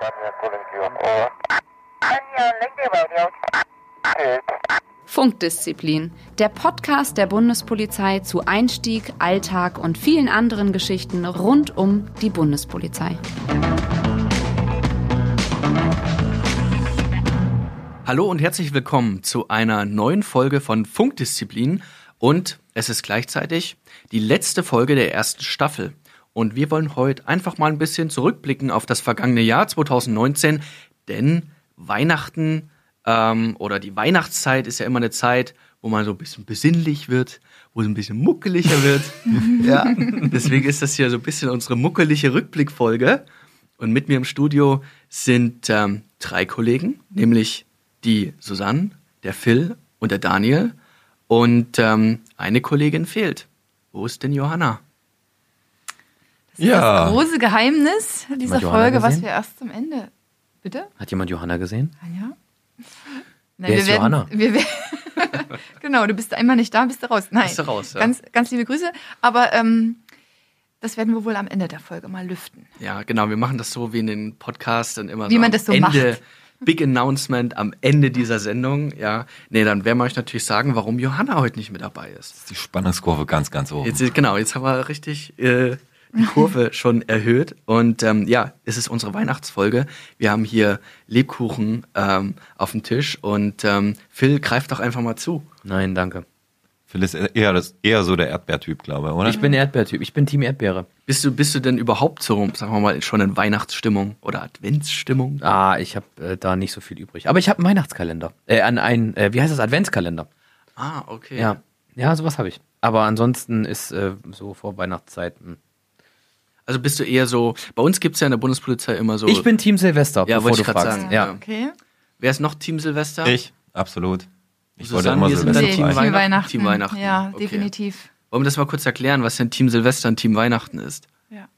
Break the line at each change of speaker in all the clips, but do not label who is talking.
Sonia calling you. Over. Sonia, leg dir bei dir. Tschüss.
Funkdisziplin, der Podcast der Bundespolizei zu Einstieg, Alltag und vielen anderen Geschichten rund um die Bundespolizei.
Hallo und herzlich willkommen zu einer neuen Folge von Funkdisziplin und es ist gleichzeitig die letzte Folge der ersten Staffel. Und wir wollen heute einfach mal ein bisschen zurückblicken auf das vergangene Jahr 2019, denn Weihnachten ähm, oder die Weihnachtszeit ist ja immer eine Zeit, wo man so ein bisschen besinnlich wird, wo es ein bisschen muckeliger wird. ja. Deswegen ist das hier so ein bisschen unsere muckelige Rückblickfolge. Und mit mir im Studio sind ähm, drei Kollegen, nämlich die Susanne, der Phil und der Daniel. Und ähm, eine Kollegin fehlt. Wo ist denn Johanna?
Ja.
Das große Geheimnis dieser
Hat Johanna
Folge, was
gesehen?
wir erst zum Ende. Bitte?
Hat jemand Johanna gesehen?
Anja? Nein,
Wer ist Johanna?
Wir werden, genau, du bist einmal nicht da, bist du raus. Nein,
Bist du raus, ja.
ganz, ganz liebe Grüße. Aber ähm, das werden wir wohl am Ende der Folge mal lüften.
Ja, genau. Wir machen das so wie in den Podcasts und immer
Wie
so
man
am
das so
Ende.
macht.
Big Announcement am Ende dieser Sendung. Ja, nee, dann werden wir euch natürlich sagen, warum Johanna heute nicht mit dabei ist.
Die Spannungskurve ganz, ganz oben.
Jetzt, genau, jetzt haben wir richtig äh, die Kurve schon erhöht. Und ähm, ja, es ist unsere Weihnachtsfolge. Wir haben hier Lebkuchen ähm, auf dem Tisch und ähm, Phil greift doch einfach mal zu.
Nein, danke.
Phil ist eher, das, eher so der Erdbeertyp, glaube ich, oder?
Ich bin Erdbeertyp. Ich bin Team Erdbeere.
Bist du, bist du denn überhaupt so, sagen wir mal, schon in Weihnachtsstimmung oder Adventsstimmung?
Ah, ich habe äh, da nicht so viel übrig. Aber ich habe einen Weihnachtskalender. Äh, an einen, äh, wie heißt das? Adventskalender.
Ah, okay.
Ja. Ja, sowas habe ich. Aber ansonsten ist äh, so vor Weihnachtszeiten.
Also bist du eher so, bei uns gibt es ja in der Bundespolizei immer so.
Ich bin Team Silvester,
Ja,
bevor
wollte
du
ich grad
fragst.
sagen, ja. Also
Ja.
Okay.
Wer ist noch Team Silvester?
Ich, absolut. Ich wollte
Susanne,
immer
wir sind
Silvester
dann
Nee,
Team
sein.
Weihnachten.
Team Weihnachten.
Team Weihnachten.
Ja,
Okay.
definitiv.
Wollen wir das mal kurz erklären, was denn Team Silvester und Team Weihnachten ist?
Ja.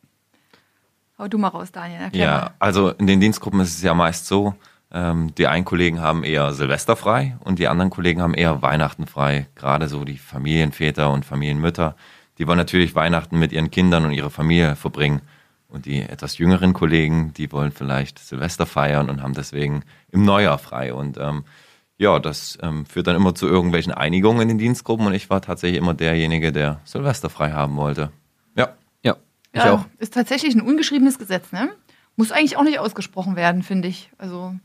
Hau du mal raus, Daniel. Erklär
Ja, also in den Dienstgruppen ist es ja meist so, ähm, die einen Kollegen haben eher Silvester frei und die anderen Kollegen haben eher Weihnachten frei. Gerade so die Familienväter und Familienmütter, die wollen natürlich Weihnachten mit ihren Kindern und ihrer Familie verbringen. Und die etwas jüngeren Kollegen, die wollen vielleicht Silvester feiern und haben deswegen im Neujahr frei. Und ähm, ja, das ähm, führt dann immer zu irgendwelchen Einigungen in den Dienstgruppen. Und ich war tatsächlich immer derjenige, der Silvester frei haben wollte. Ja.
ja. Ich
mal. ja,
auch.
Ähm, Ist tatsächlich ein ungeschriebenes Gesetz, ne? Muss eigentlich auch nicht ausgesprochen werden, finde ich. Also,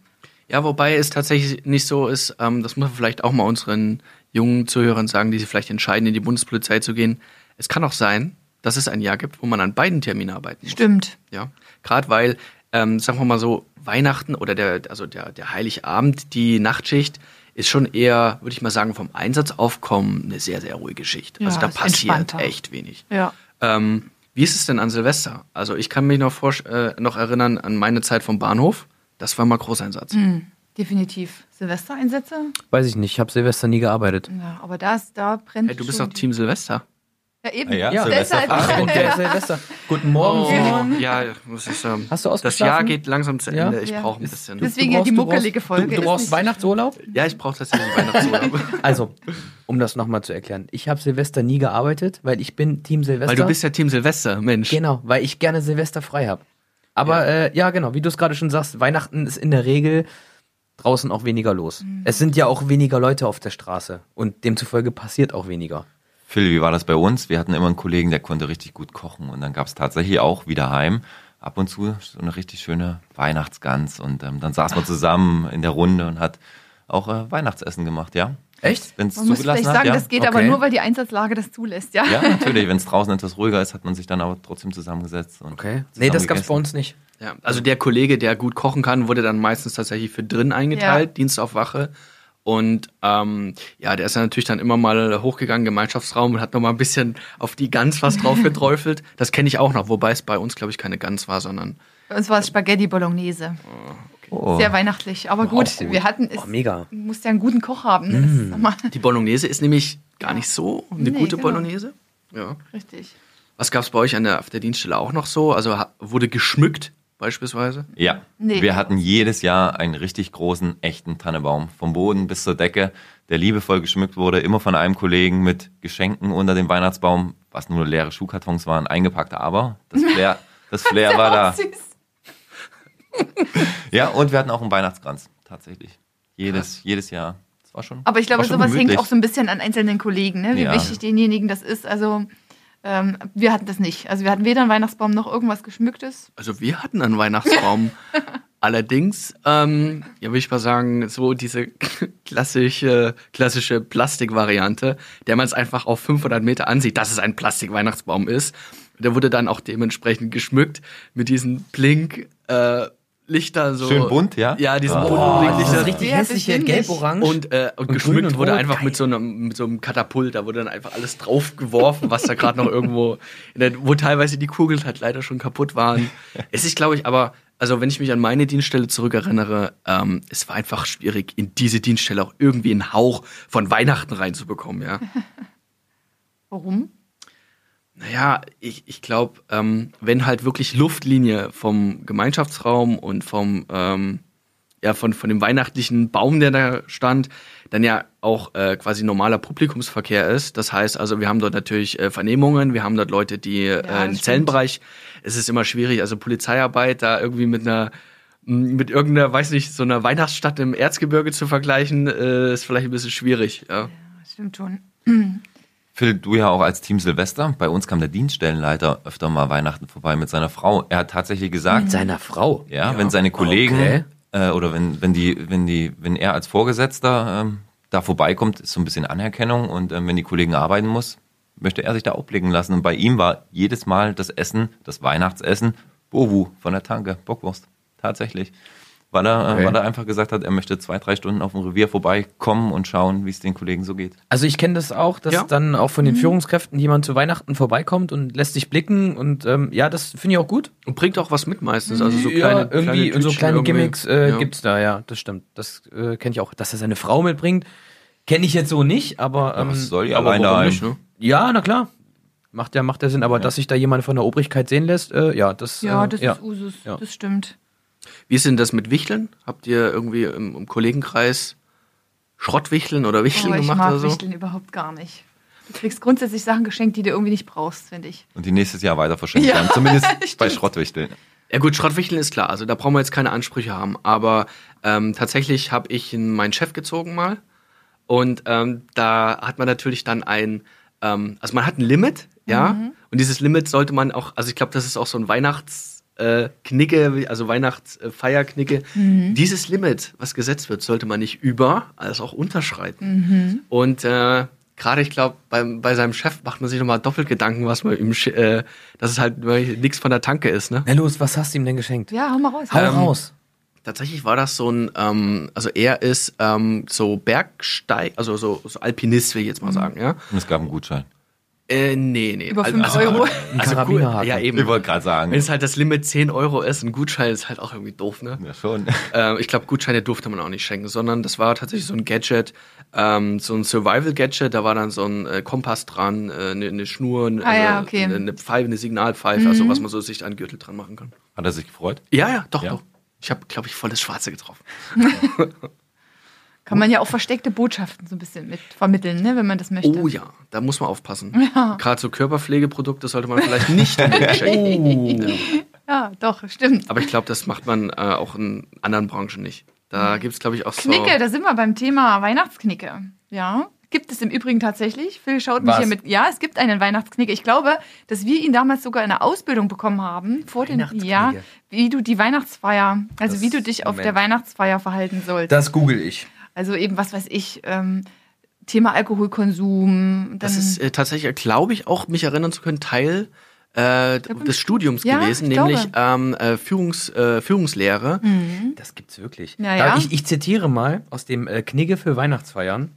Ja, wobei es tatsächlich nicht so ist, ähm, das muss man vielleicht auch mal unseren jungen Zuhörern sagen, die sich vielleicht entscheiden, in die Bundespolizei zu gehen. Es kann auch sein, dass es ein Jahr gibt, wo man an beiden Terminen arbeiten muss.
stimmt.
Ja, gerade weil, ähm, sagen wir mal so, Weihnachten oder der, also der, der Heiligabend, die Nachtschicht, ist schon eher, würde ich mal sagen, vom Einsatzaufkommen eine sehr, sehr ruhige Schicht.
Ja,
also da
ist
passiert
entspannter.
echt wenig.
Ja.
Ähm, wie ist es denn an Silvester? Also ich kann mich noch, vor, äh, noch erinnern an meine Zeit vom Bahnhof. Das war mal Großeinsatz.
Definitiv. Silvestereinsätze?
Weiß ich nicht. Ich habe Silvester nie gearbeitet.
Ja, aber da, ist, da brennt.
Hey, du bist
schon
doch Team Silvester.
die- Ja, eben.
Ah Ja,
Ja.
Silvester
Deshalb-
frei.
Ach, Oh. und der Silvester. Guten Morgen. Simon.
Oh. Ja, das ist, ähm,
Hast du
das
ausgeschlafen?
Jahr geht langsam zu
Ja?
Ende. Ich
Ja.
brauche ein bisschen.
Das- Deswegen ja die
du
muckelige
brauchst,
Folge
Du,
ist
du brauchst
nicht-
Weihnachtsurlaub?
ja, ich brauche tatsächlich Weihnachtsurlaub.
Also, um das nochmal zu erklären. Ich habe Silvester nie gearbeitet, weil ich bin Team Silvester.
Weil du bist ja Team Silvester, Mensch.
Genau, weil ich gerne Silvester frei habe. Aber ja, äh, ja genau, wie du es gerade schon sagst, Weihnachten ist in der Regel draußen auch weniger los. Es sind ja auch weniger Leute auf der Straße und demzufolge passiert auch weniger.
Phil, wie war das bei uns? Wir hatten immer einen Kollegen, der konnte richtig gut kochen und dann gab es tatsächlich auch wieder heim ab und zu so eine richtig schöne Weihnachtsgans und ähm, dann saßen wir zusammen in der Runde und hat auch äh, Weihnachtsessen gemacht, ja?
Echt?
Wenn es
Man muss
zugelassen
vielleicht
hat,
sagen,
ja?
das geht aber
Okay.
nur, weil die Einsatzlage das zulässt, ja.
ja, natürlich, wenn es draußen etwas ruhiger ist, hat man sich dann aber trotzdem zusammengesetzt. Und zusammen
Nee, das gab's bei
gegessen.
uns nicht.
Ja, also der Kollege, der gut kochen kann, wurde dann meistens tatsächlich für drin eingeteilt,
Ja.
Dienst auf Wache. Und ähm, ja, der ist dann natürlich dann immer mal hochgegangen, Gemeinschaftsraum, und hat nochmal ein bisschen auf die Gans was drauf geträufelt. Das kenne ich auch noch, wobei es bei uns, glaube ich, keine Gans war, sondern
Bei uns war es Spaghetti Bolognese.
Oh.
Sehr weihnachtlich. Aber gut, wir hatten es.
Oh, mega.
Du musst ja einen guten Koch haben. ne? Das ist nochmal-
die Bolognese ist nämlich gar nicht so eine
Nee,
gute
genau.
Bolognese. Ja.
Richtig.
Was gab es bei euch an der, auf der Dienststelle auch noch so? Also ha- wurde geschmückt beispielsweise?
Ja.
Nee.
Wir hatten jedes Jahr einen richtig großen, echten Tannebaum. Vom Boden bis zur Decke, der liebevoll geschmückt wurde, immer von einem Kollegen mit Geschenken unter dem Weihnachtsbaum, was nur leere Ah, Schuhkartons waren, eingepackt. Aber das Flair, das Flair war da.
Süß.
Ja, und wir hatten auch einen Weihnachtskranz, tatsächlich. Jedes, jedes Jahr. Das war schon.
Aber ich glaube,
war schon
sowas hängt
gemütlich.
auch so ein bisschen an einzelnen Kollegen, ne? wie
Ja.
wichtig denjenigen das ist. Also ähm, wir hatten das nicht. Also wir hatten weder einen Weihnachtsbaum noch irgendwas geschmücktes.
Also wir hatten einen Weihnachtsbaum. Allerdings, ähm, ja, würde ich mal sagen, so diese klassische, klassische Plastikvariante, der man es einfach auf 500 Meter ansieht, dass es ein Plastikweihnachtsbaum ist. Der wurde dann auch dementsprechend geschmückt mit diesen Blink, äh, Lichter so.
Schön bunt, ja?
Ja, diesen
Ah.
Oh,
bunten Blinklichter.
Ja, bestimmt
gelb-orange.
Und, äh, und,
grün
geschmückt
und
wurde
rot,
einfach mit so, einem, mit so einem Katapult. Da wurde dann einfach alles draufgeworfen, was da gerade noch irgendwo, in der, wo teilweise die Kugeln halt leider schon kaputt waren. Es ist, glaube ich, aber, also wenn ich mich an meine Dienststelle zurückerinnere, ähm, es war einfach schwierig, in diese Dienststelle auch irgendwie einen Hauch von Weihnachten reinzubekommen, ja.
Warum?
Naja, ich, ich glaube, ähm, wenn halt wirklich Luftlinie vom Gemeinschaftsraum und vom, ähm, ja, von, von dem weihnachtlichen Baum, der da stand, dann ja auch äh, quasi normaler Publikumsverkehr ist. Das heißt also, wir haben dort natürlich äh, Vernehmungen, wir haben dort Leute, die äh,
das
im
stimmt.
Zellenbereich, es ist immer schwierig, also Polizeiarbeit da irgendwie mit einer m, mit irgendeiner, weiß nicht, so einer Weihnachtsstadt im Erzgebirge zu vergleichen, äh, ist vielleicht ein bisschen schwierig. Ja.
Ja, stimmt schon.
Phil, du ja auch als Team Silvester. Bei uns kam der Dienststellenleiter öfter mal Weihnachten vorbei mit seiner Frau. Er hat tatsächlich gesagt,
Mhm.
Seiner Frau.
ja, wenn seine Kollegen
Okay.
äh, oder wenn, wenn die, wenn die, wenn er als Vorgesetzter ähm, da vorbeikommt, ist so ein bisschen Anerkennung und ähm, wenn die Kollegen arbeiten muss, möchte er sich da aufblicken lassen. Und bei ihm war jedes Mal das Essen, das Weihnachtsessen, Bowu von der Tanke, Bockwurst. Tatsächlich. Weil er,
Okay.
äh, weil er einfach gesagt hat, er möchte zwei, drei Stunden auf dem Revier vorbeikommen und schauen, wie es den Kollegen so geht.
Also ich kenne das auch, dass
Ja.
dann auch von den Führungskräften jemand zu Weihnachten vorbeikommt und lässt sich blicken und ähm, ja, das finde ich auch gut.
Und bringt auch was mit meistens. Also so
Mhm. ja,
kleine,
irgendwie
kleine
und so
Tütchen
kleine
irgendwie.
Gimmicks äh,
Ja.
gibt's da, ja, das stimmt. Das äh, kenne ich auch, dass er seine Frau mitbringt. Kenne ich jetzt so nicht, aber ähm,
Was soll ja
Mhm. Aber
alleine
warum
ein?
nicht, ne?
ja, na klar. Macht ja, macht ja Sinn, aber dass sich da jemand von der Obrigkeit sehen lässt, äh, ja, das
Ja,
äh,
das ist Usus.
Ja.
Das stimmt.
Wie ist denn das mit Wichteln? Habt ihr irgendwie im, im Kollegenkreis Schrottwichteln oder Wichteln
Aber Oh, ich
gemacht oder
mag
so?
Wichteln überhaupt gar nicht. Du kriegst grundsätzlich Sachen geschenkt, die du irgendwie nicht brauchst, finde ich.
Und die nächstes Jahr weiter verschenkt
Ja,
werden. Zumindest bei
stimmt.
Schrottwichteln.
Ja gut, Schrottwichteln ist klar, also da brauchen wir jetzt keine Ansprüche haben. Aber ähm, tatsächlich habe ich meinen Chef gezogen mal und ähm, da hat man natürlich dann ein, ähm, also man hat ein Limit, ja, und dieses Limit sollte man auch, also ich glaube, das ist auch so ein Weihnachts... äh, Knicke, also Weihnachtsfeierknicke. Dieses Limit, was gesetzt wird, sollte man nicht über, als auch unterschreiten. Und äh, gerade, ich glaube, bei, bei seinem Chef macht man sich nochmal doppelt Gedanken, was man ihm, sch- äh, dass es halt nichts von der Tanke ist, ne?
Na los, was hast du ihm denn geschenkt? Ähm,
Ja, hau mal raus.
Hau raus.
Tatsächlich war das so ein, ähm, also er ist ähm, so Bergsteig, also so, so Alpinist, will ich jetzt mal sagen, ja?
Und es gab einen Gutschein.
Äh, nee, nee.
Mhm. Über
Al-
fünf Euro.
Ein
Also cool.
Karabinerhaken.
Ja, eben.
Ich wollte gerade sagen.
Wenn es halt das Limit 10 Euro ist, ein Gutschein ist halt auch irgendwie doof, ne?
ja, schon.
Ähm, ich glaube, Gutscheine durfte man auch nicht schenken, sondern das war tatsächlich so ein Gadget, ähm, so ein Survival-Gadget, da war dann so ein äh, Kompass dran, äh, eine eine Schnur, also eine,
Ah ja, okay. Mhm.
eine, eine Pfeife, ne eine Signalpfeife, also was man so sich an den Gürtel dran machen kann.
Hat er sich gefreut?
Ja, ja, doch,
Ja.
doch. Ich habe, glaube ich, volles Schwarze getroffen.
Kann man ja auch versteckte Botschaften so ein bisschen mit vermitteln, ne, wenn man das möchte.
Oh ja, da muss man aufpassen. Gerade so Körperpflegeprodukte sollte man vielleicht nicht unbedingt schenken. Ja.
Ja, doch, stimmt.
Aber ich glaube, das macht man äh, auch in anderen Branchen nicht. Da gibt's glaube ich, auch so.
Knicke, da sind wir beim Thema Weihnachtsknicke. Ja, gibt es im Übrigen tatsächlich. Phil schaut mich
Was?
hier mit. Ja, es gibt einen Weihnachtsknicke. Ich glaube, dass wir ihn damals sogar in der Ausbildung bekommen haben vor den
Weihnachtsknicke.
ja, wie du die Weihnachtsfeier, also
Das-
wie du dich auf
Moment.
der Weihnachtsfeier verhalten sollst.
Das google ich.
also eben was weiß ich, ähm, Thema Alkoholkonsum. Dann,
Das ist äh, tatsächlich, glaube ich, auch mich erinnern zu können, Teil äh, des Studiums
Ja,
gewesen,
ich glaube. Hm.
nämlich ähm, äh, Führungs, äh, Führungslehre.
Das gibt's wirklich.
Ja,
Da-
ja.
Ich, ich zitiere mal aus dem äh, Knigge für Weihnachtsfeiern.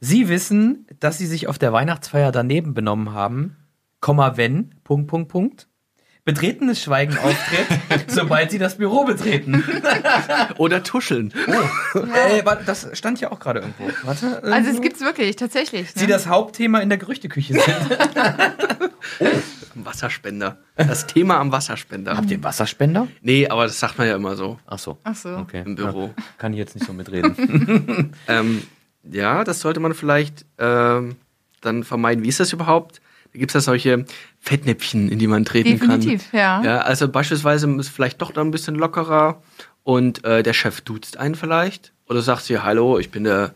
Sie wissen, dass Sie sich auf der Weihnachtsfeier daneben benommen haben, Komma wenn, Punkt, Punkt, Punkt. Betretenes Schweigen auftritt, sobald Sie das Büro betreten.
Oder Tuscheln.
Äh, warte, das stand ja auch gerade irgendwo. Warte. äh,
also es gibt's wirklich, tatsächlich.
Sie
ne?
das Hauptthema in der Gerüchteküche sind.
Wasserspender. Das Thema am Wasserspender.
Habt ihr einen
Hm.
Wasserspender?
Nee, aber das sagt man ja immer so
Ach so.
Ach so.
Okay.
im Büro.
Na, kann ich jetzt nicht so mitreden.
Ähm, ja, das sollte man vielleicht ähm, dann vermeiden. Wie ist das überhaupt? Da gibt es ja solche Fettnäpfchen, in die man treten kann.
Definitiv, ja.
Ja, also beispielsweise ist vielleicht doch dann ein bisschen lockerer und äh, der Chef duzt einen vielleicht oder sagt sie, hallo, ich bin der,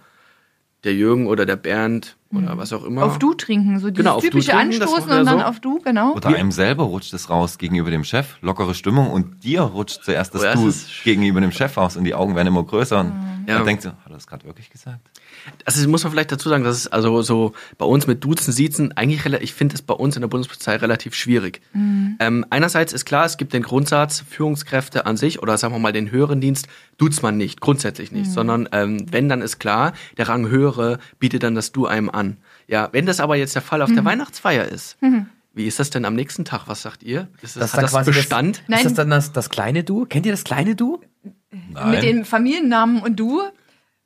der Jürgen oder der Bernd oder was auch immer.
Mhm. Auf du trinken, so dieses
Genau, auf du
typische
trinken, das
Anstoßen
machen wir
und dann
so.
auf du, genau.
Unter einem selber rutscht es raus gegenüber dem Chef, lockere Stimmung und dir rutscht zuerst das
Oh ja,
Du
das ist-
gegenüber dem Chef raus und die Augen werden immer größer und
Mhm.
Ja.
man denkt so, hat er das gerade wirklich gesagt?
Also das muss man vielleicht dazu sagen, dass es also so bei uns mit Duzen, Siezen, eigentlich, rela- ich finde es bei uns in der Bundespolizei relativ schwierig.
Mhm.
Ähm, einerseits ist klar, es gibt den Grundsatz, Führungskräfte an sich oder sagen wir mal den höheren Dienst duzt man nicht, grundsätzlich nicht,
Mhm.
sondern ähm, wenn, dann ist klar, der Rang höhere bietet dann das Du einem an. Ja, wenn das aber jetzt der Fall auf
Mhm.
der Weihnachtsfeier ist, wie ist das denn am nächsten Tag? Was sagt ihr? Ist das,
ist
hat
dann
das
quasi
Bestand?
Das,
Nein.
Ist das dann das, das kleine Du? Kennt ihr das kleine Du?
Nein.
Mit den Familiennamen und du.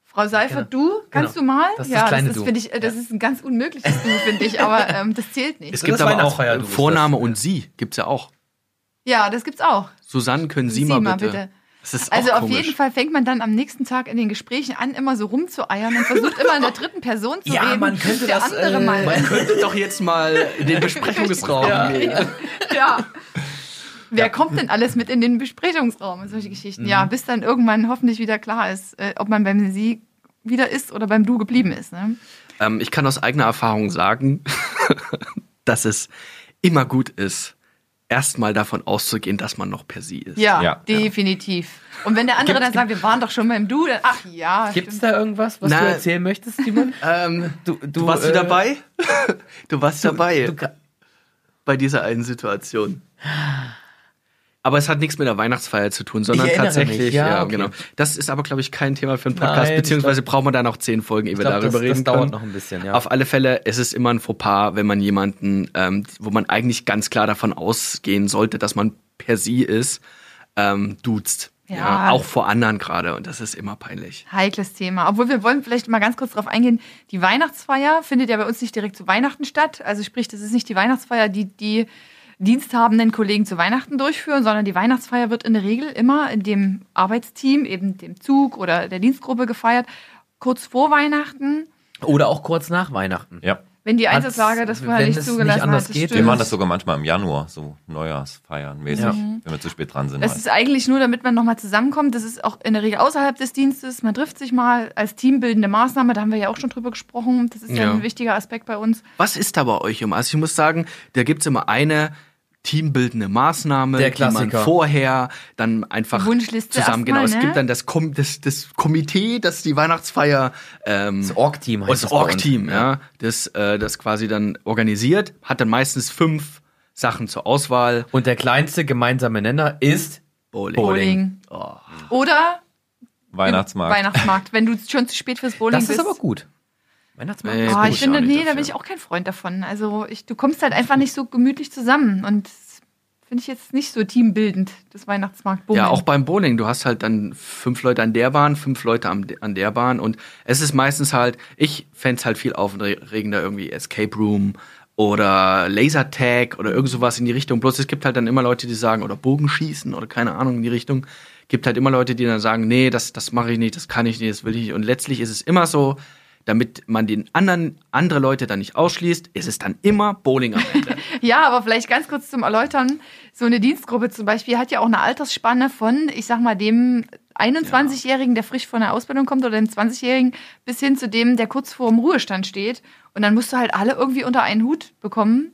Frau Seifert, du, kannst
Genau.
du mal?
Das ist
ja,
das kleine
das
Du.
ist, finde ich, äh, das ist ein ganz unmögliches Du, finde ich, aber ähm, das zählt nicht.
es
So
gibt
das
aber auch
Weihnachtsfeier,
äh,
du ist das.
Vorname und Sie, gibt's ja auch.
Ja, das gibt's auch.
Susanne, können Sie, mal bitte. Das ist
Also
auch
auf
komisch.
jeden Fall fängt man dann am nächsten Tag in den Gesprächen an, immer so rumzueiern und versucht immer in der dritten Person zu reden. bis der andere
äh,
Man
mal.
könnte doch jetzt mal in den Besprechungsraum nehmen.
Ja. Wer kommt denn alles mit in den Besprechungsraum und solche Geschichten? Ja, bis dann irgendwann hoffentlich wieder klar ist, äh, ob man beim Sie wieder ist oder beim Du geblieben ist. Ne?
Ähm, ich kann aus eigener Erfahrung sagen, dass es immer gut ist, erstmal davon auszugehen, dass man noch per Sie ist.
Ja,
Ja.
definitiv. Und wenn der andere dann sagt, wir waren doch schon beim Du, dann ach ja.
Gibt es
stimmt.
da irgendwas, was
Na-
du erzählen möchtest, Simon?
Ähm,
Du-
du,
du,
warst du
äh,
dabei? Du warst dabei
Du ka-
bei dieser einen Situation. Aber es hat nichts mit der Weihnachtsfeier zu tun, sondern
erinnere
tatsächlich.
mich, ja, okay.
genau. Das ist aber, glaube ich, kein Thema für einen Podcast,
Nein, ich
beziehungsweise brauchen wir da noch zehn Folgen, ehe wir
glaub,
darüber
das- das
reden.
dauert
können.
noch ein bisschen, ja.
Auf alle Fälle, es ist immer ein Fauxpas, wenn man jemanden, ähm, wo man eigentlich ganz klar davon ausgehen sollte, dass man per sie ist, ähm, duzt.
Ja.
auch vor anderen gerade. Und das ist immer peinlich.
Heikles Thema. Obwohl wir wollen vielleicht mal ganz kurz darauf eingehen, die Weihnachtsfeier findet ja bei uns nicht direkt zu Weihnachten statt. Also sprich, das ist nicht die Weihnachtsfeier, die die diensthabenden Kollegen zu Weihnachten durchführen, sondern die Weihnachtsfeier wird in der Regel immer in dem Arbeitsteam, eben dem Zug oder der Dienstgruppe gefeiert, kurz vor Weihnachten,
Oder auch kurz nach Weihnachten.
Ja.
wenn die
Hat's-
Einsatzlager das vorher
wenn
nicht
es
zugelassen
nicht anders
hat.
geht,
Wir
stimmt.
machen das sogar manchmal im Januar, so Neujahrsfeiern mäßig,
Ja.
wenn wir zu spät dran sind.
Das
halt.
ist eigentlich nur, damit man nochmal zusammenkommt. Das ist auch in der Regel außerhalb des Dienstes. Man trifft sich mal als teambildende Maßnahme. Da haben wir ja auch schon drüber gesprochen. Das ist ja,
Ja.
ein wichtiger Aspekt bei uns.
Was ist da bei euch immer? Also ich muss sagen, da gibt es immer eine teambildende Maßnahme,
Der
die man
Klassiker.
vorher dann einfach
Wunschliste
zusammen, genau,
erstmal,
es
ne?
gibt dann das, Kom das, das Komitee, das die Weihnachtsfeier ähm,
Das Org-Team heißt
das
das bei uns.
Org-Team, ja, das, äh, das quasi dann organisiert, hat dann meistens fünf Sachen zur Auswahl.
Und der kleinste gemeinsame Nenner ist
Bowling. Oh.
Bowling. Oder
Weihnachtsmarkt.
Weihnachtsmarkt. Wenn du schon zu spät fürs Bowling
Das
bist.
ist aber gut. Weihnachtsmarkt.
Nee,
Ah,
bin
ich
ich
finde,
auch nicht
nee, da
dafür.
bin ich auch kein Freund davon. Also ich, du kommst halt einfach nicht so gemütlich zusammen und das finde ich jetzt nicht so teambildend, das Weihnachtsmarkt
Ja, auch beim Bowling. Du hast halt dann fünf Leute an der Bahn, fünf Leute am, an der Bahn. Und es ist meistens halt, ich fänd's halt viel aufregender irgendwie Escape Room oder Laser Tag oder irgend sowas in die Richtung. Bloß es gibt halt dann immer Leute, die sagen, oder Bogenschießen oder keine Ahnung in die Richtung. Gibt halt immer Leute, die dann sagen, nee, das, das mache ich nicht, das kann ich nicht, das will ich nicht. Und letztlich ist es immer so, damit man den anderen, andere Leute dann nicht ausschließt, ist es dann immer Bowling am Ende.
Ja, aber vielleicht ganz kurz zum Erläutern. So eine Dienstgruppe zum Beispiel hat ja auch eine Altersspanne von, ich sag mal, dem 21-Jährigen, der frisch von der Ausbildung kommt, oder dem 20-Jährigen, bis hin zu dem, der kurz vor dem Ruhestand steht. Und dann musst du halt alle irgendwie unter einen Hut bekommen.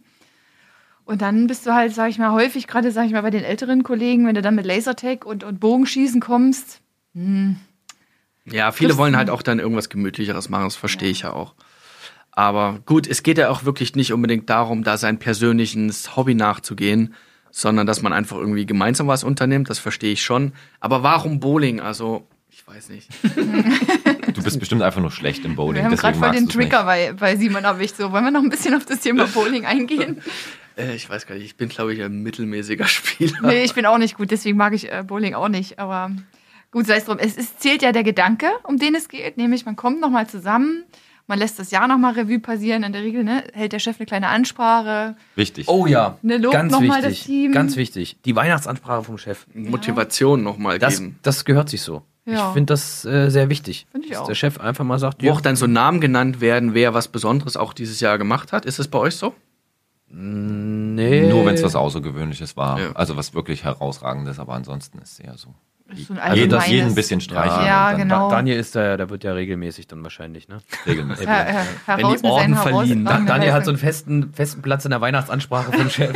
Und dann bist du halt, sag ich mal, häufig, gerade sag ich mal, bei den älteren Kollegen, wenn du dann mit Lasertag und, und Bogenschießen kommst.
Ja, viele wollen halt auch dann irgendwas Gemütlicheres machen, das verstehe ich ja auch. Aber gut, es geht ja auch wirklich nicht unbedingt darum, da sein persönliches Hobby nachzugehen, sondern dass man einfach irgendwie gemeinsam was unternimmt, das verstehe ich schon. Aber warum Bowling? Also, ich weiß nicht.
Du bist bestimmt einfach nur schlecht im Bowling.
Wir haben gerade
deswegen
voll
magst
den
du's nicht.
Trigger bei, bei Simon erwischt. So, wollen wir noch ein bisschen auf das Thema Bowling eingehen?
Äh, ich weiß gar nicht, ich bin, glaube ich, ein mittelmäßiger Spieler.
Nee, ich bin auch nicht gut, deswegen mag ich äh, Bowling auch nicht. Aber gut, sei es drum. Es, es zählt ja der Gedanke, um den es geht, nämlich man kommt nochmal zusammen, man lässt das Jahr nochmal Revue passieren. In der Regel ne, hält der Chef eine kleine Ansprache.
Wichtig.
Oh ja,
Ne, lobt
ganz
noch mal
wichtig.
das Team.
Ganz wichtig. Die Weihnachtsansprache vom Chef.
Motivation nochmal
Das,
geben.
das gehört sich so.
Ja.
Ich finde das äh, sehr wichtig.
Find ich
dass
auch.
der Chef einfach mal sagt,
Wo
ja,
auch dann so Namen genannt werden, wer was Besonderes auch dieses Jahr gemacht hat. Ist es bei euch so?
nee.
Nur wenn es was Außergewöhnliches war.
Ja.
Also was wirklich herausragendes, aber ansonsten ist es eher so.
Ist so ein
Also das
allgemeines-
jeden ein bisschen streicheln.
Ja,
und dann
genau.
Daniel ist da, ja- der wird ja regelmäßig dann wahrscheinlich, ne?
Regelmäßig.
Her, her, äh,
die
heraus mit
Orden
seinen heraus-
verliehen,
Orden
Daniel hat
heraus-
so einen festen, festen Platz in der Weihnachtsansprache vom Chef.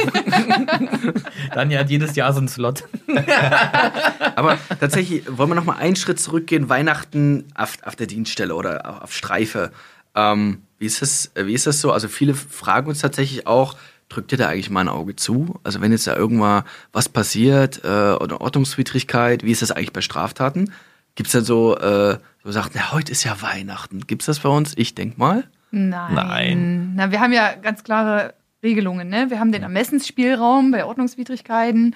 Daniel hat jedes Jahr so einen Slot.
Aber tatsächlich wollen wir noch mal einen Schritt zurückgehen. Weihnachten auf, auf der Dienststelle oder auf, auf Streife. Ähm, wie, ist das, wie ist das so? Also viele fragen uns tatsächlich auch, drückt ihr da eigentlich mal ein Auge zu? Also wenn jetzt da irgendwann was passiert äh, oder Ordnungswidrigkeit, wie ist das eigentlich bei Straftaten? Gibt es dann so, äh, so sagt, na, heute ist ja Weihnachten. Gibt es das bei uns? Ich denk mal.
Nein.
Nein.
Na, wir haben ja ganz klare Regelungen. Ne? Wir haben den Ermessensspielraum bei Ordnungswidrigkeiten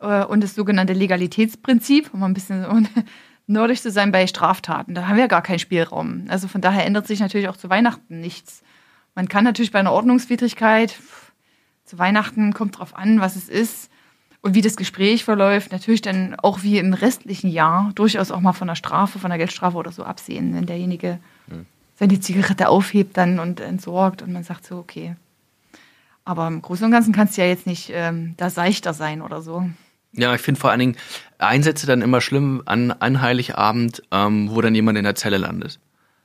äh, und das sogenannte Legalitätsprinzip, um mal ein bisschen so nordisch zu sein bei Straftaten. Da haben wir ja gar keinen Spielraum. Also von daher ändert sich natürlich auch zu Weihnachten nichts. Man kann natürlich bei einer Ordnungswidrigkeit pff, zu Weihnachten kommt drauf an, was es ist und wie das Gespräch verläuft. Natürlich dann auch wie im restlichen Jahr durchaus auch mal von der Strafe, von der Geldstrafe oder so absehen, wenn derjenige seine Zigarette aufhebt dann und entsorgt und man sagt so, okay. Aber im Großen und Ganzen kannst du ja jetzt nicht ähm, da seichter sein oder so.
Ja, ich finde vor allen Dingen Einsätze dann immer schlimm an, an Heiligabend, ähm, wo dann jemand in der Zelle landet.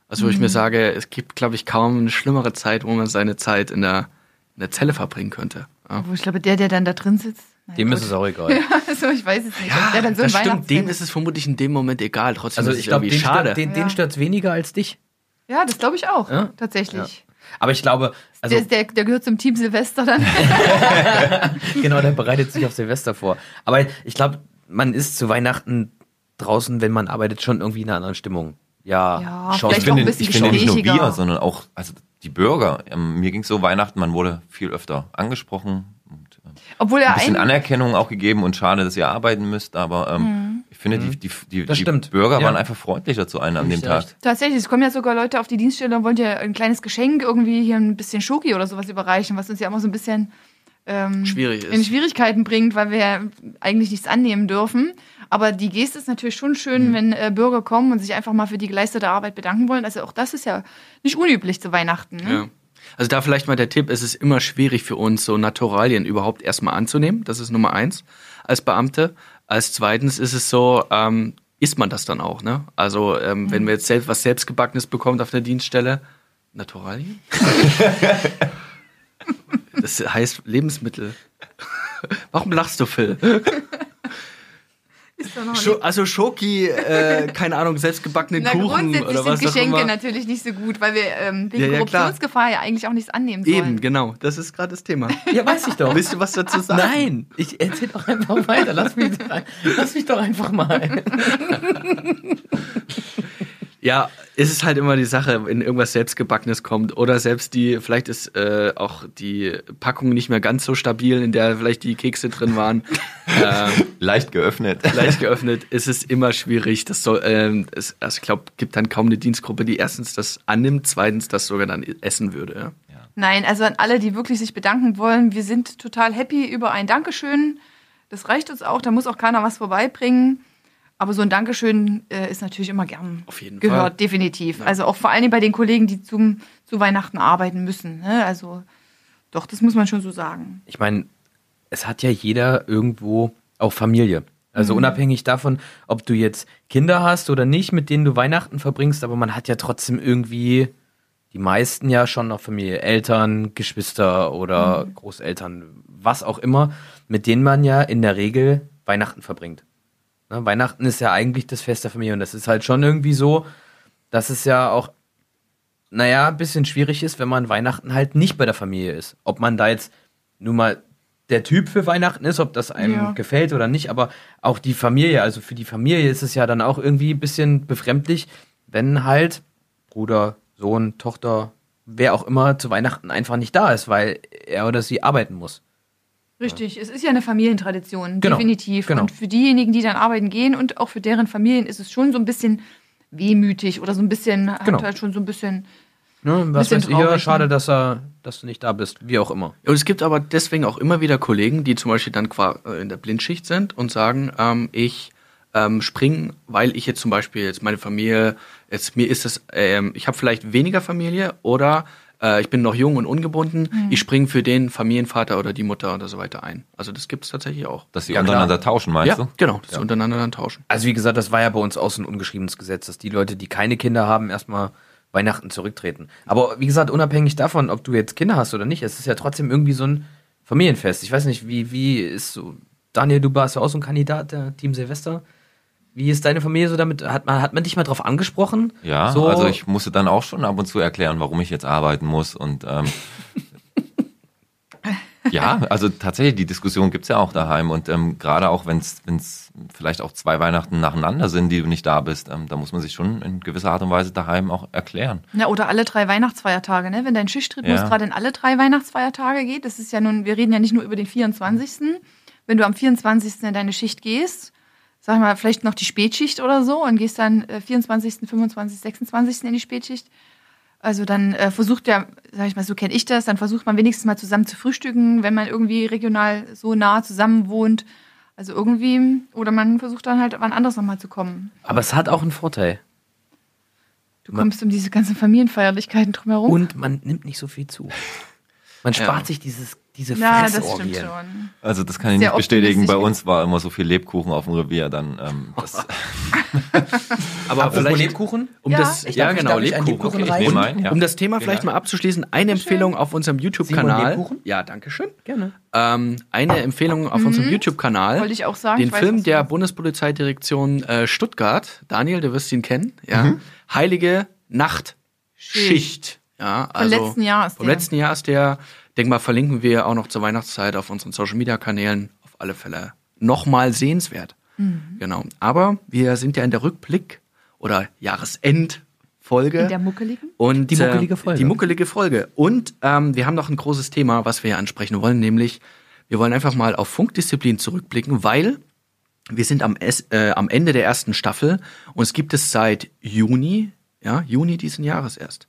Also wo ich mir
Mhm.
sage, es gibt, glaube ich, kaum eine schlimmere Zeit, wo man seine Zeit in der, in der Zelle verbringen könnte. Ja,
Obwohl ich glaube, der, der dann da drin sitzt, naja,
Dem
gut.
ist es auch egal.
also ich weiß es nicht. ob der dann so
das
ein
stimmt. Dem
Weihnachtsfest-
ist es vermutlich in dem Moment egal. Trotzdem
Also
ist es
ich glaube,
irgendwie
den,
schade.
stört- den,
Ja.
den stört es weniger als dich.
Ja, das glaube ich auch,
Ja?
tatsächlich.
Aber ich glaube, also
der, der, der gehört zum Team Silvester dann.
genau, der bereitet sich auf Silvester vor. Aber ich glaube, man ist zu Weihnachten draußen, wenn man arbeitet, schon irgendwie in einer anderen Stimmung. Ja,
Ja,
schon.
vielleicht
ich finde,
auch ein bisschen
ich finde nicht nur
gesprächiger.
wir, sondern auch also die Bürger. Ähm, mir ging es so Weihnachten, man wurde viel öfter angesprochen und ähm,
Obwohl er
ein bisschen
ein,
Anerkennung auch gegeben und schade, dass ihr arbeiten müsst, aber ähm,
Mhm.
ich finde, die, die, die,
Mhm. Das
die
stimmt.
Bürger
Ja.
waren einfach freundlicher zu einem an dem
dir
Tag.
recht.
Tatsächlich, es kommen ja sogar Leute auf die Dienststelle und wollen dir ein kleines Geschenk irgendwie hier ein bisschen Schoki oder sowas überreichen, was uns ja immer so ein bisschen ähm,
Schwierig ist.
in Schwierigkeiten bringt, weil wir ja eigentlich nichts annehmen dürfen. Aber die Geste ist natürlich schon schön,
Mhm.
wenn äh, Bürger kommen und sich einfach mal für die geleistete Arbeit bedanken wollen. Also auch das ist ja nicht unüblich zu Weihnachten. Ne?
Ja. Also da vielleicht mal der Tipp, es ist immer schwierig für uns, so Naturalien überhaupt erstmal anzunehmen. Das ist Nummer eins als Beamte. Als zweitens ist es so, ähm, isst man das dann auch, ne? Also ähm, wenn wir jetzt selbst was selbstgebackenes bekommt auf der Dienststelle, Naturalien? das heißt Lebensmittel. Warum lachst du, Phil?
Ist doch noch
Scho
nicht-
also Schoki, äh, keine Ahnung, selbstgebackene
Na,
Kuchen
grundsätzlich
oder was
sind
auch immer.
Geschenke natürlich nicht so gut, weil wir ähm, wegen
Ja, ja, klar.
Korruptionsgefahr ja eigentlich auch nichts annehmen sollen.
Eben, genau. Das ist gerade das Thema.
Ja, weiß ich doch.
Willst du was dazu sagen?
Nein, ich erzähl doch einfach weiter. Lass mich, lass mich doch einfach mal.
Ja, es ist halt immer die Sache, wenn irgendwas selbstgebackenes kommt oder selbst die, vielleicht ist äh, auch die Packung nicht mehr ganz so stabil, in der vielleicht die Kekse drin waren,
Leicht geöffnet.
leicht geöffnet. Es ist immer schwierig. Das soll, ähm, es, also ich glaube, gibt dann kaum eine Dienstgruppe, die erstens das annimmt, zweitens das sogar dann essen würde. Ja.
Nein, also an alle, die wirklich sich bedanken wollen, wir sind total happy über ein Dankeschön. Das reicht uns auch, da muss auch keiner was vorbeibringen. Aber so ein Dankeschön äh, ist natürlich immer gern
Auf jeden
gehört,
Fall.
definitiv. Also auch vor allen Dingen bei den Kollegen, die zum, zu Weihnachten arbeiten müssen. Ne? Also doch, das muss man schon so sagen.
Ich meine, es hat ja jeder irgendwo auch Familie. Also unabhängig davon, ob du jetzt Kinder hast oder nicht, mit denen du Weihnachten verbringst, aber man hat ja trotzdem irgendwie die meisten ja schon noch Familie, Eltern, Geschwister oder Großeltern, was auch immer, mit denen man ja in der Regel Weihnachten verbringt. Ne? Weihnachten ist ja eigentlich das Fest der Familie und das ist halt schon irgendwie so, dass es ja auch naja, ein bisschen schwierig ist, wenn man Weihnachten halt nicht bei der Familie ist. Ob man da jetzt nun mal der Typ für Weihnachten ist, ob das einem
Ja.
gefällt oder nicht, aber auch die Familie, also für die Familie ist es ja dann auch irgendwie ein bisschen befremdlich, wenn halt Bruder, Sohn, Tochter, wer auch immer zu Weihnachten einfach nicht da ist, weil er oder sie arbeiten muss.
Richtig, es ist ja eine Familientradition,
Genau,
definitiv.
genau.
Und für diejenigen, die dann arbeiten gehen und auch für deren Familien ist es schon so ein bisschen wehmütig oder so ein bisschen,
Genau.
hat halt schon so ein bisschen
Ne? Was
Bisschen
weiß ich, ja,
traurig,
schade,
ne?
dass, er, dass du nicht da bist, wie auch immer.
Und es gibt aber deswegen auch immer wieder Kollegen, die zum Beispiel dann qua- äh, in der Blindschicht sind und sagen, ähm, ich ähm, springe, weil ich jetzt zum Beispiel jetzt meine Familie, jetzt mir ist es, ähm, ich habe vielleicht weniger Familie oder äh, ich bin noch jung und ungebunden, ich springe für den Familienvater oder die Mutter oder so weiter ein. Also das gibt es tatsächlich auch.
Dass sie
Ja, klar.
untereinander tauschen, meinst
ja,
du?
genau, dass sie untereinander dann tauschen.
Also wie gesagt, das war ja bei uns auch so ein ungeschriebenes Gesetz, dass die Leute, die keine Kinder haben, erstmal Weihnachten zurücktreten. Aber wie gesagt, unabhängig davon, ob du jetzt Kinder hast oder nicht, es ist ja trotzdem irgendwie so ein Familienfest. Ich weiß nicht, wie, wie ist so. Daniel, du warst ja auch so ein Kandidat der Team Silvester. Wie ist deine Familie so damit? Hat man, hat man dich mal drauf angesprochen?
Ja,
so,
also ich musste dann auch schon ab und zu erklären, warum ich jetzt arbeiten muss. Und ähm, ja, also tatsächlich, die Diskussion gibt's ja auch daheim. Und ähm, gerade auch, wenn's wenn's vielleicht auch zwei Weihnachten nacheinander sind, die du nicht da bist, ähm, da muss man sich schon in gewisser Art und Weise daheim auch erklären.
Na, oder alle drei Weihnachtsfeiertage, ne? Wenn dein Schichttribut
Ja.
gerade in alle drei Weihnachtsfeiertage geht, das ist ja nun, wir reden ja nicht nur über den 24. Wenn du am 24. in deine Schicht gehst, sag mal, vielleicht noch die Spätschicht oder so und gehst dann äh, 24., 25., 26. in die Spätschicht. Also dann äh, versucht ja, sag ich mal, so kenne ich das, dann versucht man wenigstens mal zusammen zu frühstücken, wenn man irgendwie regional so nah zusammen wohnt. Also irgendwie, oder man versucht dann halt wann anders nochmal zu kommen.
aber es hat auch einen Vorteil.
Du kommst um diese ganzen Familienfeierlichkeiten drumherum.
Und man nimmt nicht so viel zu. Man spart sich dieses, diese
ja, das stimmt
Fressorgien.
schon.
Also das kann ich
Sehr
nicht bestätigen. Bei
optimistisch.
uns war immer so viel Lebkuchen auf dem Revier. Dann ähm, das,
Aber vielleicht
Lebkuchen?
um
Ja,
das
ich
ja
darf- ich
genau
darf nicht einen
Lebkuchen.
Lebkuchen
Okay,
reißen?
ich nehme
Nein,
einen,
ja.
Um das Thema vielleicht mal abzuschließen, eine Empfehlung auf unserem YouTube-Kanal.
Lebkuchen?
Ja, danke schön.
Gerne.
Ähm, eine Empfehlung auf unserem YouTube-Kanal.
Mhm. Wollte ich auch sagen,
Den
ich weiß,
Film
was du
der
meinst.
Bundespolizeidirektion äh, Stuttgart. Daniel, du wirst ihn kennen. Ja. Heilige Nachtschicht. Ja, also
letzten Jahr ist
vom
der.
letzten Jahr ist der. Denk mal, verlinken wir auch noch zur Weihnachtszeit auf unseren Social-Media-Kanälen. Auf alle Fälle nochmal sehenswert.
Mhm.
Genau. Aber wir sind ja in der Rückblick- oder Jahresendfolge.
In der muckeligen?
Und
Die muckelige
äh,
Folge.
Die muckelige Folge. Und ähm, wir haben noch ein großes Thema, was wir hier ansprechen wollen, nämlich wir wollen einfach mal auf Funkdisziplin zurückblicken, weil wir sind am, es äh, am Ende der ersten Staffel und es gibt es seit Juni, ja, Juni diesen Jahres erst.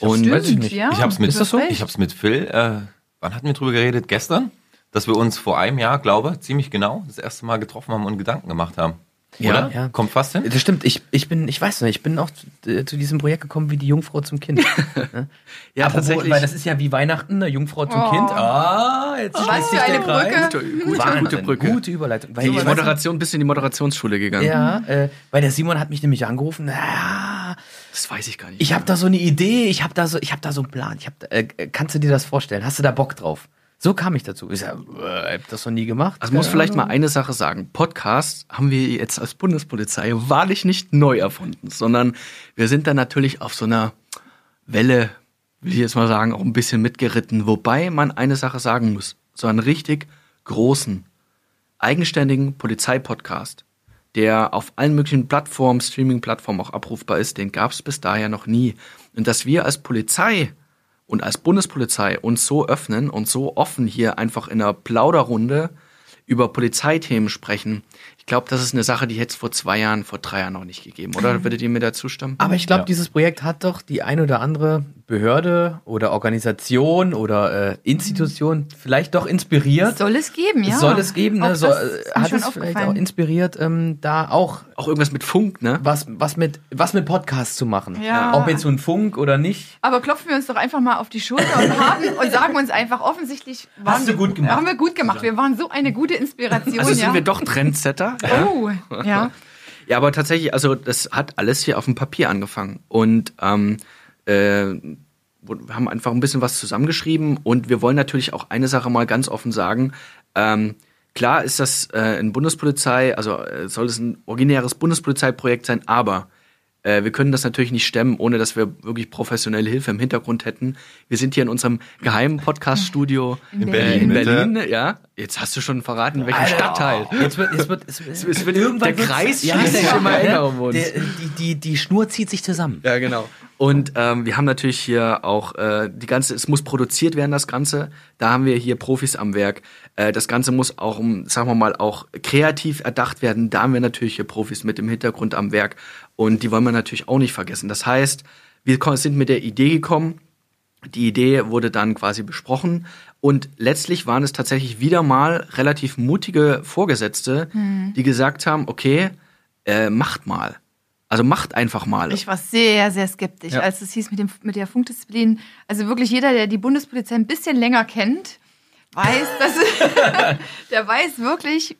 Und
weiß ich nicht.
Ja,
ich habe es mit,
ist das so?
ich hab's mit Phil, äh, wann hatten wir drüber geredet? Gestern? Dass wir uns vor einem Jahr, glaube ziemlich genau das erste Mal getroffen haben und Gedanken gemacht haben.
Ja.
Oder?
Ja.
Kommt fast hin?
Das stimmt, ich, ich bin, ich weiß nicht, ich bin auch zu, äh, zu diesem Projekt gekommen wie die Jungfrau zum Kind. Ne?
Ja,
Apropos,
tatsächlich.
Weil das ist ja wie Weihnachten, eine Jungfrau zum
Oh.
Kind. Ah, jetzt schließt
was
sich
für
der
eine
Kreis.
Gute,
Brücke.
Wahnsinn,
gute, gute Brücke.
Gute Überleitung. Weil,
Die
weil-
Moderation, bisschen in die Moderationsschule gegangen.
ja, äh, weil der Simon hat mich nämlich angerufen. Na,
Das weiß ich gar nicht.
ich habe da so eine Idee, ich habe da so, ich habe da so einen Plan. Ich hab, da- äh, kannst du dir das vorstellen? Hast du da Bock drauf? So kam ich dazu. Ich sag, äh, hab das noch nie gemacht.
Also muss
Keine
vielleicht
Ahnung.
mal eine Sache sagen. Podcast haben wir jetzt als Bundespolizei wahrlich nicht neu erfunden, sondern wir sind da natürlich auf so einer Welle, will ich jetzt mal sagen, auch ein bisschen mitgeritten. Wobei man eine Sache sagen muss. So einen richtig großen, eigenständigen Polizeipodcast, der auf allen möglichen Plattformen, Streaming-Plattformen auch abrufbar ist, den gab es bis daher noch nie. Und dass wir als Polizei und als Bundespolizei uns so öffnen und so offen hier einfach in einer Plauderrunde über Polizeithemen sprechen, ich glaube, das ist eine Sache, die hätte es vor zwei Jahren, vor drei Jahren noch nicht gegeben, oder? Würdet ihr mir da zustimmen?
Aber ich glaube,
Ja.
dieses Projekt hat doch die ein oder andere Behörde oder Organisation oder äh, Institution vielleicht doch inspiriert.
Soll es geben, ja.
Soll es geben,
Auch
ne?
das
Soll,
ist mir
hat
schon
es vielleicht
aufgefallen.
auch inspiriert, ähm, da auch
Auch irgendwas mit Funk, ne?
was, was, mit, was mit Podcasts zu machen.
Ja.
Ob jetzt so ein Funk oder nicht.
Aber klopfen wir uns doch einfach mal auf die Schulter und, haben, und sagen uns einfach, offensichtlich waren
Hast du gut gemacht.
Haben wir gut gemacht. Wir waren so eine gute Inspiration.
Also
ja.
sind wir doch Trendsetter. ja?
Oh, ja.
Ja, aber tatsächlich, also das hat alles hier auf dem Papier angefangen. Und ähm, äh, wir haben einfach ein bisschen was zusammengeschrieben und wir wollen natürlich auch eine Sache mal ganz offen sagen. Ähm, klar ist das äh, ein Bundespolizei, also äh, soll es ein originäres Bundespolizeiprojekt sein, aber äh, wir können das natürlich nicht stemmen, ohne dass wir wirklich professionelle Hilfe im Hintergrund hätten. Wir sind hier in unserem geheimen Podcast-Studio in
Berlin,
in
bitte.
Berlin ja. Jetzt hast du schon verraten, welchen Stadtteil.
Jetzt wird, jetzt wird, es, es
wird- der
wird's-
Kreis
ja,
schließt
der,
sich immer
ne?
enger um uns.
Der, die, die, die Schnur zieht sich zusammen.
Ja, genau. Und ähm, wir haben natürlich hier auch äh, die ganze, es muss produziert werden, das Ganze. Da haben wir hier Profis am Werk. Äh, das Ganze muss auch, um, sagen wir mal, auch kreativ erdacht werden. Da haben wir natürlich hier Profis mit im Hintergrund am Werk. Und die wollen wir natürlich auch nicht vergessen. Das heißt, wir ko- sind mit der Idee gekommen. Die Idee wurde dann quasi besprochen und letztlich waren es tatsächlich wieder mal relativ mutige Vorgesetzte, die gesagt haben, okay, äh, macht mal. Also macht einfach mal.
Ich war sehr, sehr skeptisch,
Ja.
als es hieß mit, dem, mit der Funkdisziplin. Also wirklich jeder, der die Bundespolizei ein bisschen länger kennt, weiß, dass der weiß wirklich,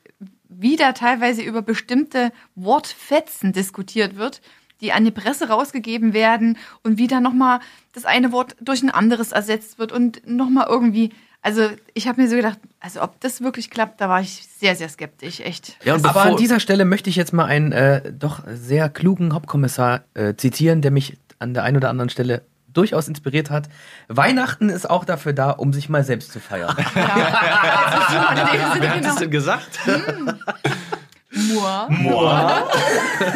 wie da teilweise über bestimmte Wortfetzen diskutiert wird, die an die Presse rausgegeben werden und wie da nochmal das eine Wort durch ein anderes ersetzt wird und nochmal irgendwie. Also ich habe mir so gedacht, also ob das wirklich klappt, da war ich sehr, sehr skeptisch, echt.
ja, und
Aber
bevor-
an dieser Stelle möchte ich jetzt mal einen äh, doch sehr klugen Hauptkommissar äh, zitieren, der mich an der einen oder anderen Stelle durchaus inspiriert hat. Weihnachten ist auch dafür da, um sich mal selbst zu feiern.
Ja. Also, so in dem Sinne,
Wer hat
genau.
das denn gesagt?
Moor.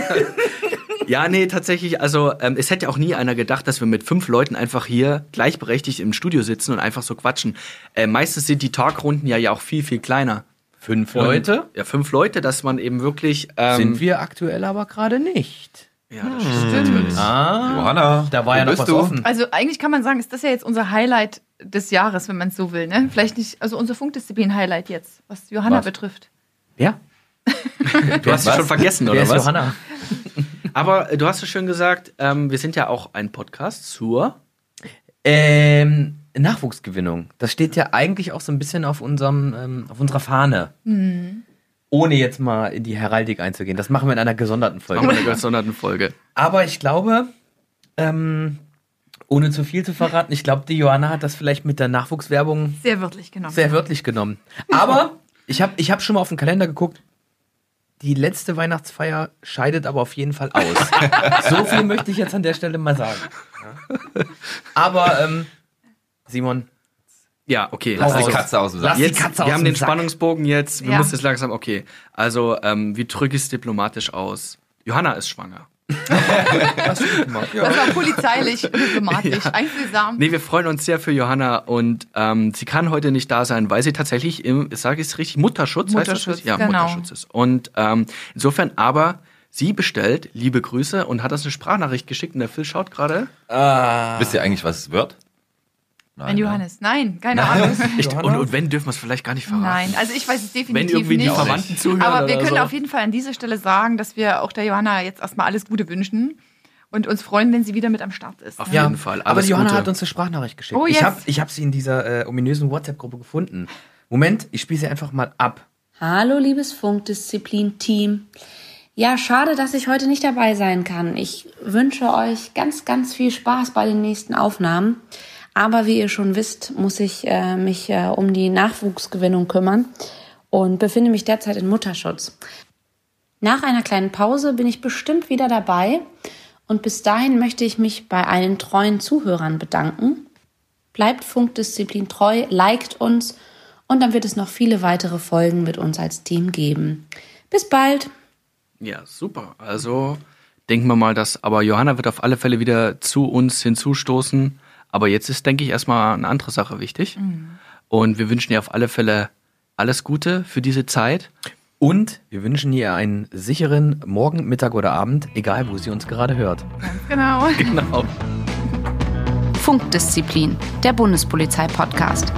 Ja, nee, tatsächlich. Also, ähm, es hätte auch nie einer gedacht, dass wir mit fünf Leuten einfach hier gleichberechtigt im Studio sitzen und einfach so quatschen. Äh, meistens sind die Talkrunden ja, ja auch viel, viel kleiner.
Fünf
Und-
Leute
Ja, fünf Leute, dass man eben wirklich. Ähm,
sind wir aktuell aber gerade nicht.
Ja, das stimmt.
Stimmt.
Ah,
Johanna,
da war
wo
ja noch
bist
was
du?
offen.
Also eigentlich kann man sagen, ist das ja jetzt unser Highlight des Jahres, wenn man es so will. Ne? Vielleicht nicht, also unser Funkdisziplin-Highlight jetzt, was Johanna
Was?
betrifft.
Ja,
Du hast es
Was?
schon vergessen,
wer
oder
ist
was?
Johanna?
Aber äh, du hast es schön gesagt, ähm, wir sind ja auch ein Podcast zur.
Ähm, Nachwuchsgewinnung. Das steht ja eigentlich auch so ein bisschen auf unserem, ähm, auf unserer Fahne. Ohne jetzt mal in die Heraldik einzugehen. Das machen wir in einer gesonderten Folge.
Machen wir eine gesonderten Folge.
Aber ich glaube, ähm, ohne zu viel zu verraten, ich glaube, die Johanna hat das vielleicht mit der Nachwuchswerbung
Sehr wörtlich genommen.
sehr wörtlich genommen. Aber ich habe ich hab schon mal auf den Kalender geguckt. Die letzte Weihnachtsfeier scheidet aber auf jeden Fall aus. so viel möchte ich jetzt an der Stelle mal sagen. Ja. Aber ähm, Simon,
Ja, okay. Also,
Lass
Hau
die
raus.
Katze aus dem Sack.
Lass die
Jetzt,
Katze aus
wir haben
dem
den
Sack.
Spannungsbogen jetzt. Wir
Ja.
müssen jetzt langsam, okay. Also, ähm, wie drücke ich es diplomatisch aus? Johanna ist schwanger.
hast du gut gemacht. Ja.
Das war polizeilich, diplomatisch, einfühlsam.
Nee, wir freuen uns sehr für Johanna und ähm, sie kann heute nicht da sein, weil sie tatsächlich im, sage ich es richtig, Mutterschutz,
Mutterschutz,
heißt das? Ja,
genau.
Mutterschutz ist. Und ähm, insofern aber, sie bestellt, liebe Grüße, und hat uns eine Sprachnachricht geschickt und der Phil schaut gerade.
Äh,
Wisst ihr eigentlich, was es wird? Nein.
Ein
ne?
Johannes. Nein, keine Ahnung.
Ich- Und, und wenn, dürfen wir es vielleicht gar nicht verraten.
Nein, also ich weiß es
Wenn
definitiv
irgendwie die
nicht.
Verwandten zuhören
Aber wir
oder
können
so.
auf jeden Fall an dieser Stelle sagen, dass wir auch der Johanna jetzt erstmal alles Gute wünschen und uns freuen, wenn sie wieder mit am Start ist.
Auf
ne?
Ja,
jeden Fall.
aber
Alles
die Johanna
Gute.
hat uns eine Sprachnachricht geschickt.
Oh, yes.
Ich habe ich hab sie in dieser äh, ominösen WhatsApp-Gruppe gefunden. Moment, ich spiele sie einfach mal ab.
Hallo, liebes Funkdisziplin-Team. Ja, schade, dass ich heute nicht dabei sein kann. Ich wünsche euch ganz, ganz viel Spaß bei den nächsten Aufnahmen. Aber wie ihr schon wisst, muss ich äh, mich äh, um die Nachwuchsgewinnung kümmern und befinde mich derzeit in Mutterschutz. Nach einer kleinen Pause bin ich bestimmt wieder dabei und bis dahin möchte ich mich bei allen treuen Zuhörern bedanken. Bleibt Funkdisziplin treu, liked uns und dann wird es noch viele weitere Folgen mit uns als Team geben. Bis bald!
Ja, super. Also denken wir mal, dass aber Johanna wird auf alle Fälle wieder zu uns hinzustoßen. Aber jetzt ist, denke ich, erstmal eine andere Sache wichtig. Und wir wünschen ihr auf alle Fälle alles Gute für diese Zeit.
Und wir wünschen ihr einen sicheren Morgen, Mittag oder Abend, egal wo sie uns gerade hört.
Genau.
Genau.
Funkdisziplin, der Bundespolizei-Podcast.